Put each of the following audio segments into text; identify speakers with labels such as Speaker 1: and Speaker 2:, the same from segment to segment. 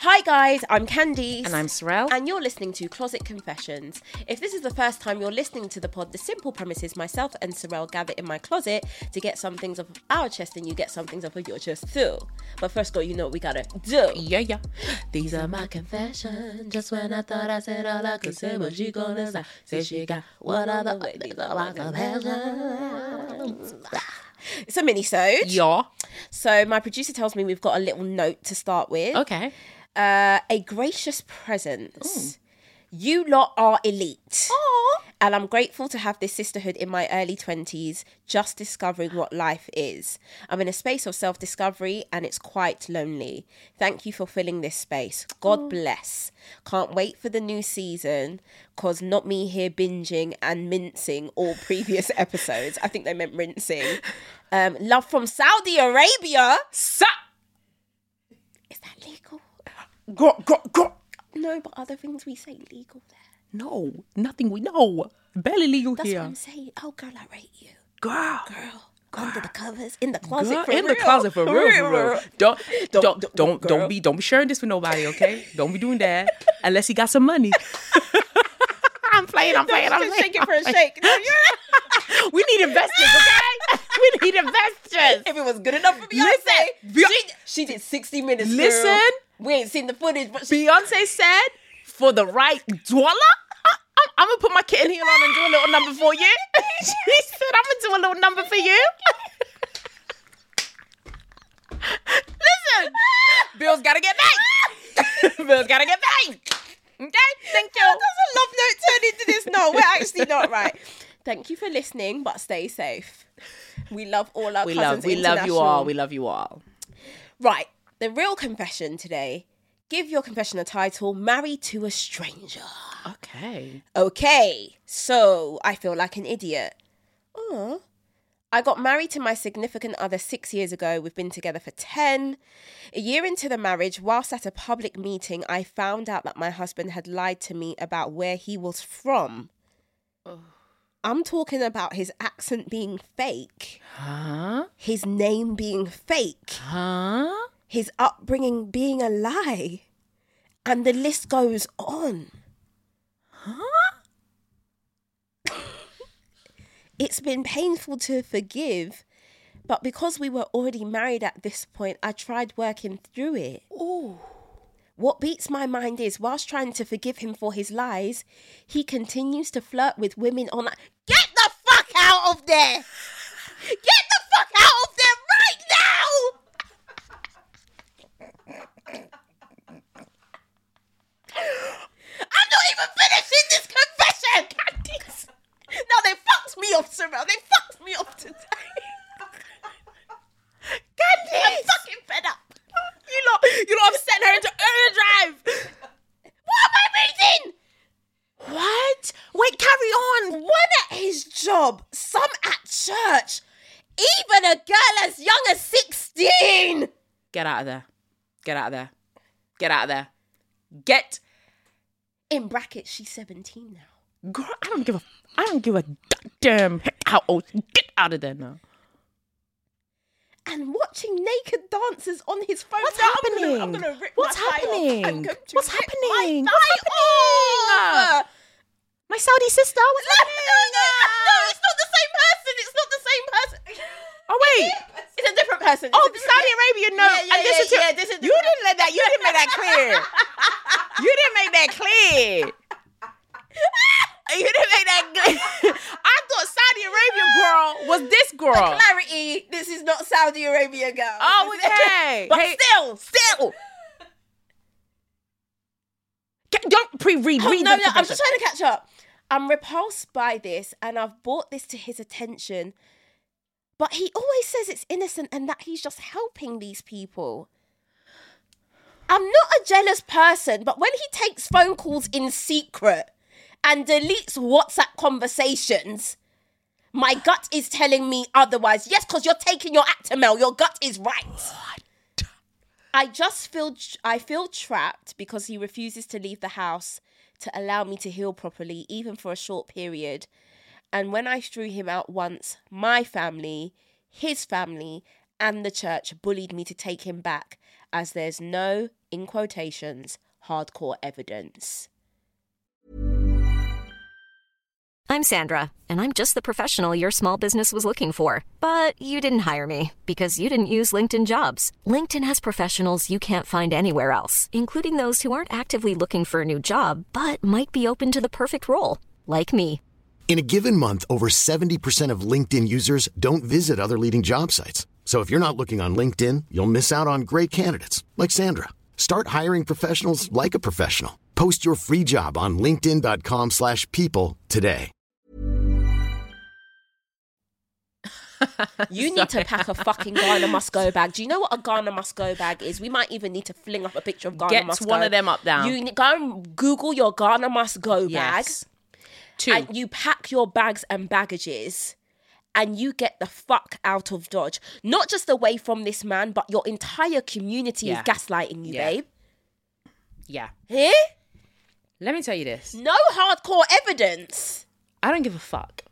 Speaker 1: Hi guys, I'm Candice.
Speaker 2: And I'm Sorrel.
Speaker 1: And you're listening to Closet Confessions. If this is the first time you're listening to the pod, the simple premise is myself and Sorrel gather in my closet to get some things off of our chest and you get some things off of your chest too. But first, girl, you know what we gotta do.
Speaker 2: yeah, yeah.
Speaker 1: These are my confessions. Just when I thought I said all I could say, but she gone inside. Say she got what other way. These are my confessions. It's a mini sode.
Speaker 2: Yeah.
Speaker 1: So my producer tells me we've got a little note to start with.
Speaker 2: Okay.
Speaker 1: Uh, a gracious presence. You lot are elite. And I'm grateful to have this sisterhood in my early 20s, just discovering what life is. I'm in a space of self discovery and it's quite lonely. Thank you for filling this space. God bless. Can't wait for the new season because not me here binging and mincing all previous episodes. I think they meant rinsing. Um, love from Saudi Arabia.
Speaker 2: Sa-
Speaker 1: Is that legal?
Speaker 2: gr- gr- gr-
Speaker 1: No, but other things we say legal there.
Speaker 2: No, nothing we know. Barely legal
Speaker 1: That's
Speaker 2: here.
Speaker 1: what I'm saying. Oh, girl, I rate you.
Speaker 2: Girl.
Speaker 1: Girl, under the covers, in the closet,
Speaker 2: Girl,
Speaker 1: for
Speaker 2: in the
Speaker 1: real.
Speaker 2: closet for real, for real. Don't,
Speaker 1: Don't-
Speaker 2: don't, don't,
Speaker 1: don't-
Speaker 2: don't, don't,
Speaker 1: girl.
Speaker 2: be, don't be sharing this with nobody, okay? don't be doing that unless he got some money. I'm playing. I'm
Speaker 1: No,
Speaker 2: playing.
Speaker 1: she's
Speaker 2: I'm
Speaker 1: just
Speaker 2: playing.
Speaker 1: shaking for a shake. No, you're-
Speaker 2: we need investors, okay? we need investors.
Speaker 1: if it was good enough for Beyonce,
Speaker 2: Listen, Bey-
Speaker 1: she, she did 60 minutes. girl.
Speaker 2: Listen.
Speaker 1: we ain't seen the footage, but she,
Speaker 2: Beyonce said, for the right dollar, I, am gonna put my kitten heel on and do a little number for you. she said, I'm gonna do a little number for you. Listen, bills gotta get paid. bills gotta get paid. Okay, thank you.
Speaker 1: does a love note turn into this? No, we're actually not right. Thank you for listening, but stay safe. We love all our
Speaker 2: We
Speaker 1: cousins.
Speaker 2: love, we love you all.
Speaker 1: International.
Speaker 2: We love you all.
Speaker 1: Right, the real confession today. Give your confession a title Married to a Stranger.
Speaker 2: Okay.
Speaker 1: Okay, so I feel like an idiot. Aw. I got married to my significant other six years ago. We've been together for 10. A year into the marriage, whilst at a public meeting, I found out that my husband had lied to me about where he was from. I'm talking about his accent being fake,
Speaker 2: Huh?
Speaker 1: his name being fake
Speaker 2: Huh?
Speaker 1: his upbringing being a lie. And the list goes on.
Speaker 2: Huh?
Speaker 1: It's been painful to forgive, but because we were already married at this point, I tried working through it.
Speaker 2: Ooh.
Speaker 1: What beats my mind is, whilst trying to forgive him for his lies, he continues to flirt with women on. Get the fuck out of there! Get the fuck out of there right now! I'm not even finishing this confession! Candice! No, they fucked me up, Sorrel. They fucked me up today. Candice! I'm fucking fed up. You lot, you lot have sent her into overdrive. What am I reading? What? Wait, carry on. One at his job, some at church, even a girl as young as 16.
Speaker 2: Get out of there. Get out of there. Get out of there. Get.
Speaker 1: In brackets, she's 17 now.
Speaker 2: Girl, I don't give a I don't give a damn how old. Get out of there now.
Speaker 1: and watching naked dancers on his phone.
Speaker 2: What's
Speaker 1: Now,
Speaker 2: happening?
Speaker 1: I'm gonna, I'm gonna rip
Speaker 2: What's
Speaker 1: my thigh off.
Speaker 2: happening?
Speaker 1: I'm going to
Speaker 2: What's
Speaker 1: rip
Speaker 2: happening?
Speaker 1: My
Speaker 2: What's
Speaker 1: thigh
Speaker 2: happening?
Speaker 1: off.
Speaker 2: My Saudi sister. What's
Speaker 1: No, no, no, no, it's not the same person. It's not the same person.
Speaker 2: Oh wait.
Speaker 1: It's a different person. It's
Speaker 2: Oh,
Speaker 1: a
Speaker 2: the
Speaker 1: different
Speaker 2: Saudi
Speaker 1: person.
Speaker 2: Arabia. No,
Speaker 1: Yeah, yeah,
Speaker 2: and this
Speaker 1: yeah,
Speaker 2: is your-
Speaker 1: yeah, this is
Speaker 2: you didn't let that. You didn't make that clear. you didn't make that clear. You didn't make that clear. I thought Saudi Arabia girl was this girl.
Speaker 1: Clarity, this is not Saudi Arabia girl.
Speaker 2: Oh,
Speaker 1: This is-
Speaker 2: okay.
Speaker 1: but
Speaker 2: Hey.
Speaker 1: still, still.
Speaker 2: Get- Don't pre-read.
Speaker 1: Oh,
Speaker 2: read
Speaker 1: no,
Speaker 2: the
Speaker 1: no, I'm
Speaker 2: confession.
Speaker 1: just trying to catch up. I'm repulsed by this and I've brought this to his attention. But he always says it's innocent and that he's just helping these people. I'm not a jealous person, but when he takes phone calls in secret and deletes WhatsApp conversations, my gut is telling me otherwise. Yes, because you're taking your Actimel. Your gut is right. I just feel I feel trapped because he refuses to leave the house to allow me to heal properly, even for a short period. And when I threw him out once, my family, his family, and the church bullied me to take him back, as there's no, in quotations, hardcore evidence.
Speaker 3: I'm Sandra, and I'm just the professional your small business was looking for. But you didn't hire me because you didn't use LinkedIn jobs. LinkedIn has professionals you can't find anywhere else, including those who aren't actively looking for a new job but might be open to the perfect role, like me.
Speaker 4: In a given month, over 70% of LinkedIn users don't visit other leading job sites. So if you're not looking on LinkedIn, you'll miss out on great candidates like Sandra. Start hiring professionals like a professional. Post your free job on linkedin.com/people slash people today.
Speaker 1: You need to pack a fucking Ghana must go bag. Do you know what a Ghana must go bag is? We might even need to fling up a picture of Ghana
Speaker 2: Get
Speaker 1: must go.
Speaker 2: one of them up now.
Speaker 1: You ne- go and Google your Ghana must go
Speaker 2: Yes.
Speaker 1: bag,
Speaker 2: Two.
Speaker 1: and you pack your bags and baggages, and you get the fuck out of Dodge. Not just away from this man, but your entire community
Speaker 2: Yeah.
Speaker 1: is gaslighting you,
Speaker 2: Yeah.
Speaker 1: babe.
Speaker 2: yeah.
Speaker 1: Here,
Speaker 2: Let me tell you this.
Speaker 1: no hardcore evidence.
Speaker 2: I don't give a fuck.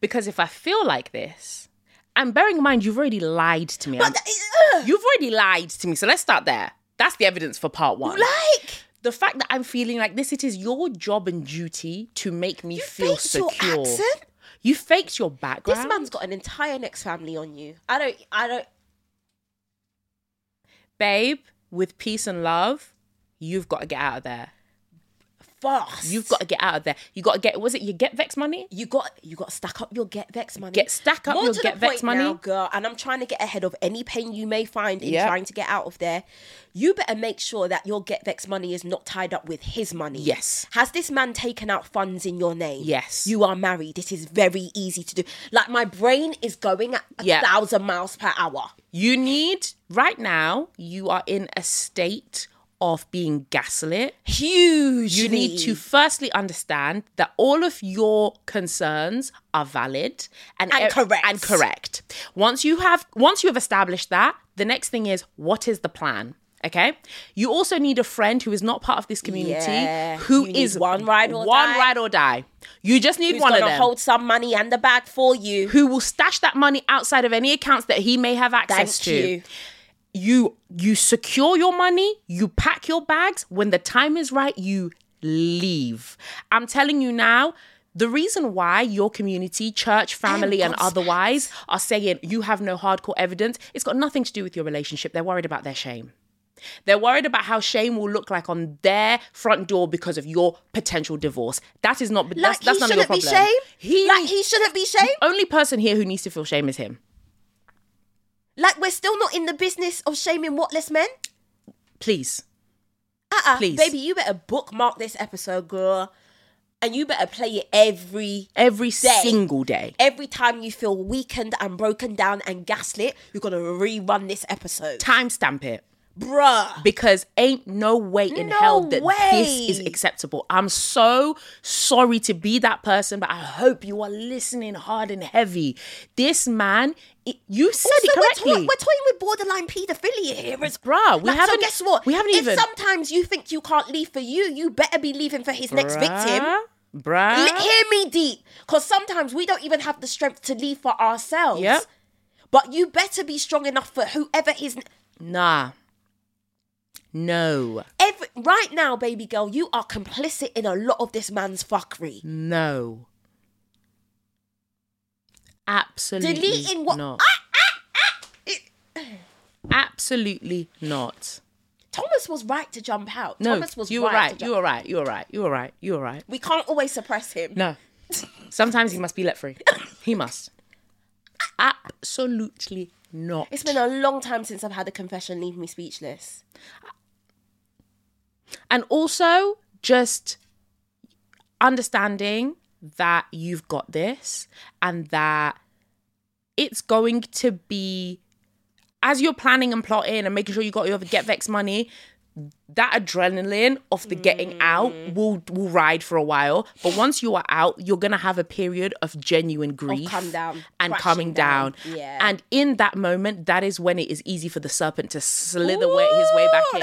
Speaker 2: Because if I feel like this, and bearing in mind you've already lied to me. I'm-
Speaker 1: But that- ugh.
Speaker 2: you've already lied to me. So let's start there. That's the evidence for part one.
Speaker 1: like
Speaker 2: the fact that I'm feeling like this, it is your job and duty to make me
Speaker 1: you
Speaker 2: feel
Speaker 1: faked
Speaker 2: secure.
Speaker 1: your accent.
Speaker 2: You faked your background.
Speaker 1: This man's got an entire next family on you. I don't. I don't.
Speaker 2: babe, with peace and love, you've got to get out of there.
Speaker 1: Fast.
Speaker 2: You've got to get out of there. You got to get. Was it your get vex money?
Speaker 1: You got you got to stack up your get vex money.
Speaker 2: Get- stack up
Speaker 1: More
Speaker 2: your
Speaker 1: to
Speaker 2: get
Speaker 1: the
Speaker 2: vex
Speaker 1: point
Speaker 2: money.
Speaker 1: now, girl. And I'm trying to get ahead of any pain you may find in
Speaker 2: Yep.
Speaker 1: trying to get out of there. You better make sure that your get vex money is not tied up with his money.
Speaker 2: Yes.
Speaker 1: Has this man taken out funds in your name?
Speaker 2: Yes.
Speaker 1: You are married. It is very easy to do. Like my brain is going at a
Speaker 2: Yep.
Speaker 1: thousand miles per hour.
Speaker 2: You need right now. You are in a state of being gaslit.
Speaker 1: Huge.
Speaker 2: You need to firstly understand that all of your concerns are valid and,
Speaker 1: And
Speaker 2: e-
Speaker 1: correct.
Speaker 2: And correct. Once you have once you have established that, the next thing is what is the plan? Okay. You also need a friend who is not part of this community,
Speaker 1: Yeah.
Speaker 2: who
Speaker 1: You need
Speaker 2: is
Speaker 1: one ride or
Speaker 2: one
Speaker 1: die.
Speaker 2: ride or die. You just need
Speaker 1: Who's
Speaker 2: one of
Speaker 1: gonna
Speaker 2: them
Speaker 1: hold some money and the bag for you?
Speaker 2: who will stash that money outside of any accounts that he may have access
Speaker 1: Thank
Speaker 2: to.
Speaker 1: you.
Speaker 2: you you secure your money you pack your bags when the time is right you leave i'm telling you now the reason why your community church family and
Speaker 1: God's
Speaker 2: otherwise are saying you have no hardcore evidence it's got nothing to do with your relationship they're worried about their shame they're worried about how shame will look like on their front door because of your potential divorce. That is not that's,
Speaker 1: Like
Speaker 2: that's
Speaker 1: he
Speaker 2: none of your
Speaker 1: shouldn't be
Speaker 2: problem.
Speaker 1: shamed.
Speaker 2: He,
Speaker 1: like he shouldn't be shamed.
Speaker 2: only person here who needs to feel shame is him.
Speaker 1: Like we're still not in the business of shaming whatless men.
Speaker 2: Please.
Speaker 1: Uh-uh.
Speaker 2: Please.
Speaker 1: Baby, you better bookmark this episode, girl. And you better play it every
Speaker 2: Every
Speaker 1: Day.
Speaker 2: single day.
Speaker 1: every time you feel weakened and broken down and gaslit, you're gonna rerun this episode.
Speaker 2: Timestamp it.
Speaker 1: Bruh.
Speaker 2: Because ain't no way in
Speaker 1: No
Speaker 2: hell that
Speaker 1: way.
Speaker 2: this is acceptable. I'm so sorry to be that person, but I hope you are listening hard and heavy. This man, it, you said
Speaker 1: Also,
Speaker 2: it
Speaker 1: we're,
Speaker 2: correctly.
Speaker 1: toy- we're toying with borderline paedophilia here as
Speaker 2: Bruh, we
Speaker 1: Like,
Speaker 2: haven't-
Speaker 1: So guess what?
Speaker 2: we haven't
Speaker 1: if
Speaker 2: even-
Speaker 1: sometimes you think you can't leave for you, you better be leaving for his next victim.
Speaker 2: Bruh, Bruh.
Speaker 1: L- hear me deep, because sometimes we don't even have the strength to leave for ourselves.
Speaker 2: Yep.
Speaker 1: But you better be strong enough for whoever his
Speaker 2: Nah. No.
Speaker 1: Every, right now, baby girl, you are complicit in a lot of this man's fuckery.
Speaker 2: No. Absolutely.
Speaker 1: Deleting what?
Speaker 2: Not.
Speaker 1: Ah, ah, ah! It-
Speaker 2: Absolutely not.
Speaker 1: Thomas was right to jump out.
Speaker 2: No,
Speaker 1: Thomas was right.
Speaker 2: you were
Speaker 1: to
Speaker 2: right.
Speaker 1: jump-
Speaker 2: You were right. You were right. You were right. You were right.
Speaker 1: we can't always suppress him.
Speaker 2: No. Sometimes he must be let free. He must. Absolutely not.
Speaker 1: It's been a long time since I've had a confession leave me speechless.
Speaker 2: and also just understanding that you've got this and that it's going to be as you're planning and plotting and making sure you got your get vex money that adrenaline of the getting out
Speaker 1: Mm.
Speaker 2: will will ride for a while but once you are out you're going to have a period of genuine grief
Speaker 1: come down,
Speaker 2: and
Speaker 1: crashing
Speaker 2: coming down,
Speaker 1: down. Yeah.
Speaker 2: and in that moment that is when it is easy for the serpent to slither way, his way back in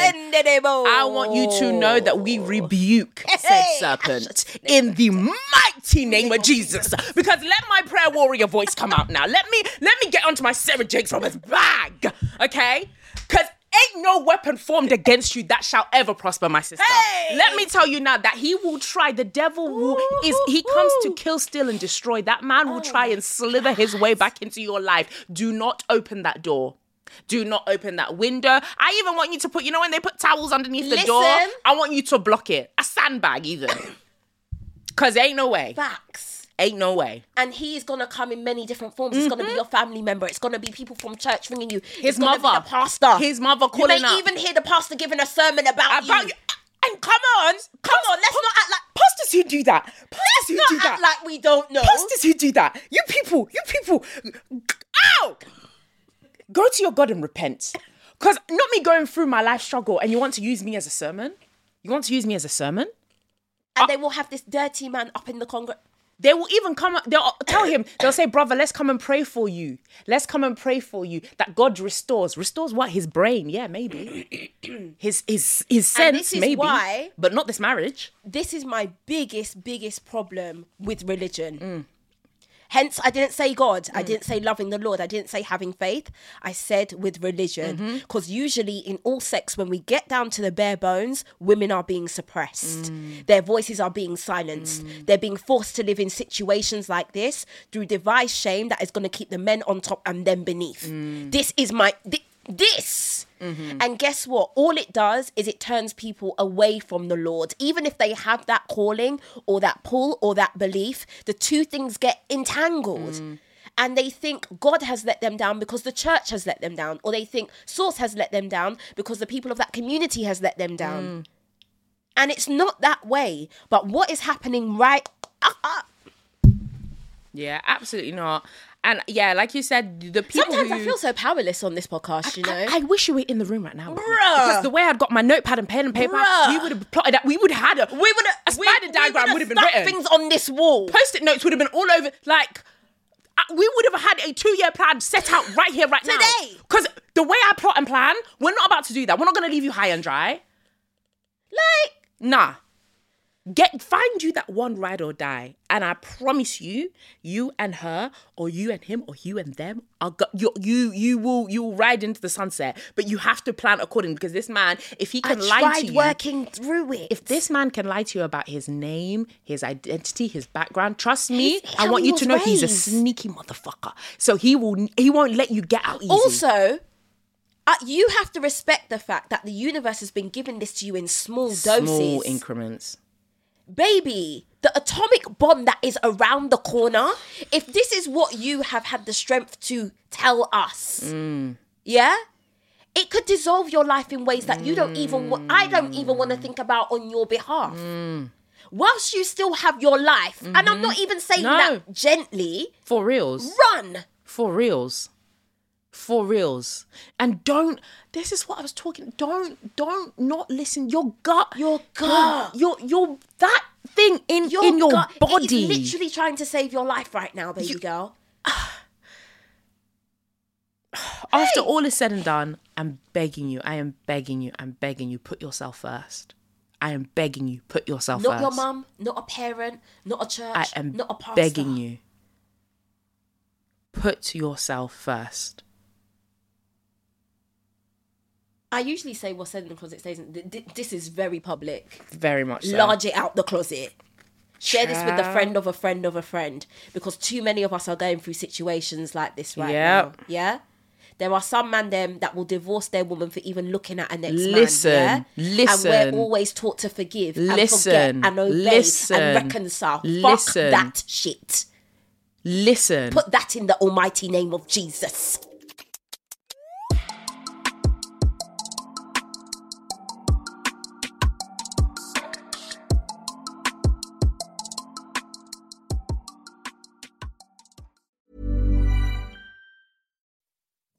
Speaker 2: I want you to know that we
Speaker 1: Oh.
Speaker 2: rebuke said serpent in the mighty name of Jesus. Because let my prayer warrior voice come out now. Let me let me get onto my Sarah J. Thomas bag, okay? Because ain't no weapon formed against you that shall ever prosper, my sister. Let me tell you now that he will try. The devil will is he comes to kill, steal, and destroy. That man will
Speaker 1: Oh
Speaker 2: try and slither his way back into your life. Do not open that door. Do not open that window. I even want you to put, you know, when they put towels underneath the door,
Speaker 1: Listen.
Speaker 2: I want you to block it. A sandbag, even. Because ain't no way.
Speaker 1: Facts.
Speaker 2: Ain't no way.
Speaker 1: And he is gonna come in many different forms. It's gonna be your family member. It's gonna be people from church ringing you.
Speaker 2: Mm-hmm. His
Speaker 1: it's gonna be
Speaker 2: mother.
Speaker 1: the pastor.
Speaker 2: His mother
Speaker 1: You may
Speaker 2: calling up.
Speaker 1: even hear the pastor giving a sermon about,
Speaker 2: About
Speaker 1: you.
Speaker 2: you. And come on. Come
Speaker 1: on, let's not act like-
Speaker 2: Pastors who do that. Pastors who
Speaker 1: Not
Speaker 2: do that.
Speaker 1: act like we don't know.
Speaker 2: Pastors who do that. You people. You people. Ow! Go to your God and repent. Because not me going through my life struggle and you want to use me as a sermon? You want to use me as a sermon?
Speaker 1: and they will have this dirty man up in the congress.
Speaker 2: They will even come, they'll tell him, they'll say, Brother, let's come and pray for you. Let's come and pray for you that God restores. Restores what? His brain. Yeah, maybe. His his his sense,
Speaker 1: And this is
Speaker 2: maybe.
Speaker 1: why-
Speaker 2: But not this marriage.
Speaker 1: This is my biggest, biggest problem with religion.
Speaker 2: Mm.
Speaker 1: Hence, I didn't say God. I didn't say loving the Lord. I didn't say having faith. I said with
Speaker 2: Mm-hmm.
Speaker 1: religion. Because usually, in all sects, when we get down to the bare bones, women are being suppressed.
Speaker 2: Mm.
Speaker 1: Their voices are being silenced. They're being forced to live in situations like this through devised shame that is going to keep the men on top and them beneath.
Speaker 2: Mm.
Speaker 1: This is my. thi- this. And guess what? All it does is it turns people away from the Lord. Even if they have that calling or that pull or that belief, the two things get entangled. And they think God has let them down because the church has let them down, or they think Source has let them down because the people of that community has let them down. And it's not that way. But what is happening right
Speaker 2: Yeah, absolutely not. And yeah, like you said, the people
Speaker 1: Sometimes
Speaker 2: who,
Speaker 1: I feel so powerless on this podcast, you know?
Speaker 2: I, I wish you were in the room right now. with me. Because the way I'd got my notepad and pen and paper,
Speaker 1: Bruh.
Speaker 2: we would have plotted that. We would have had a, we would have, a
Speaker 1: We-
Speaker 2: spider
Speaker 1: we would've
Speaker 2: diagram would have been
Speaker 1: stuck
Speaker 2: written.
Speaker 1: things on this wall.
Speaker 2: Post-it notes would have been all over. Like I- we would have had a two-year plan set out right here, right now.
Speaker 1: Today.
Speaker 2: Because the way I plot and plan, we're not about to do that. We're not going to leave you high and dry.
Speaker 1: Like,
Speaker 2: Nah. Get find you that one ride or die, and I promise you, you and her, or you and him, or you and them, are go- you you you will you will ride into the sunset. But you have to plan accordingly because this man, if he
Speaker 1: I
Speaker 2: can lie to
Speaker 1: tried
Speaker 2: you,
Speaker 1: working through it.
Speaker 2: if this man can lie to you about his name, his identity, his background, trust me,
Speaker 1: He's-
Speaker 2: I
Speaker 1: how
Speaker 2: want
Speaker 1: he
Speaker 2: you to
Speaker 1: was
Speaker 2: know he's a
Speaker 1: raised.
Speaker 2: sneaky motherfucker. So he will he won't let you get out easy.
Speaker 1: Also, uh, you have to respect the fact that the universe has been giving this to you in small doses.
Speaker 2: small increments.
Speaker 1: Baby, the atomic bomb that is around the corner, if this is what you have had the strength to tell us,
Speaker 2: Mm.
Speaker 1: yeah? It could dissolve your life in ways that you don't even wa- I don't even want to think about on your behalf.
Speaker 2: Mm.
Speaker 1: Whilst you still have your life, and I'm not even saying
Speaker 2: Mm-hmm. No.
Speaker 1: that gently,
Speaker 2: For reals.
Speaker 1: run.
Speaker 2: For reals. For reals. And don't this is what I was talking. Don't don't not listen. Your gut.
Speaker 1: Your gut.
Speaker 2: Your your, your- that thing in your in your
Speaker 1: gut-
Speaker 2: body.
Speaker 1: It is literally trying to save your life right now, baby girl.
Speaker 2: After all is said and done, I'm begging you. I am begging you. I'm begging you. Put yourself first. I am begging you. Put yourself
Speaker 1: Not
Speaker 2: first.
Speaker 1: your mum, not a parent, not a church,
Speaker 2: I am
Speaker 1: not a pastor.
Speaker 2: begging you. Put yourself first.
Speaker 1: I usually say what's said in the closet stays in. th- th- This is very public.
Speaker 2: Very much so.
Speaker 1: Large it out the closet. Share this with a friend of a friend of a friend because too many of us are going through situations like this right
Speaker 2: Yep.
Speaker 1: now. Yeah. There are some man them that will divorce their woman for even looking at an ex man.
Speaker 2: Listen,
Speaker 1: yeah? And
Speaker 2: listen.
Speaker 1: we're always taught to forgive,
Speaker 2: Listen,
Speaker 1: and forget, and obey,
Speaker 2: listen,
Speaker 1: and reconcile.
Speaker 2: listen.
Speaker 1: Fuck that shit.
Speaker 2: Listen.
Speaker 1: Put that in the almighty name of Jesus.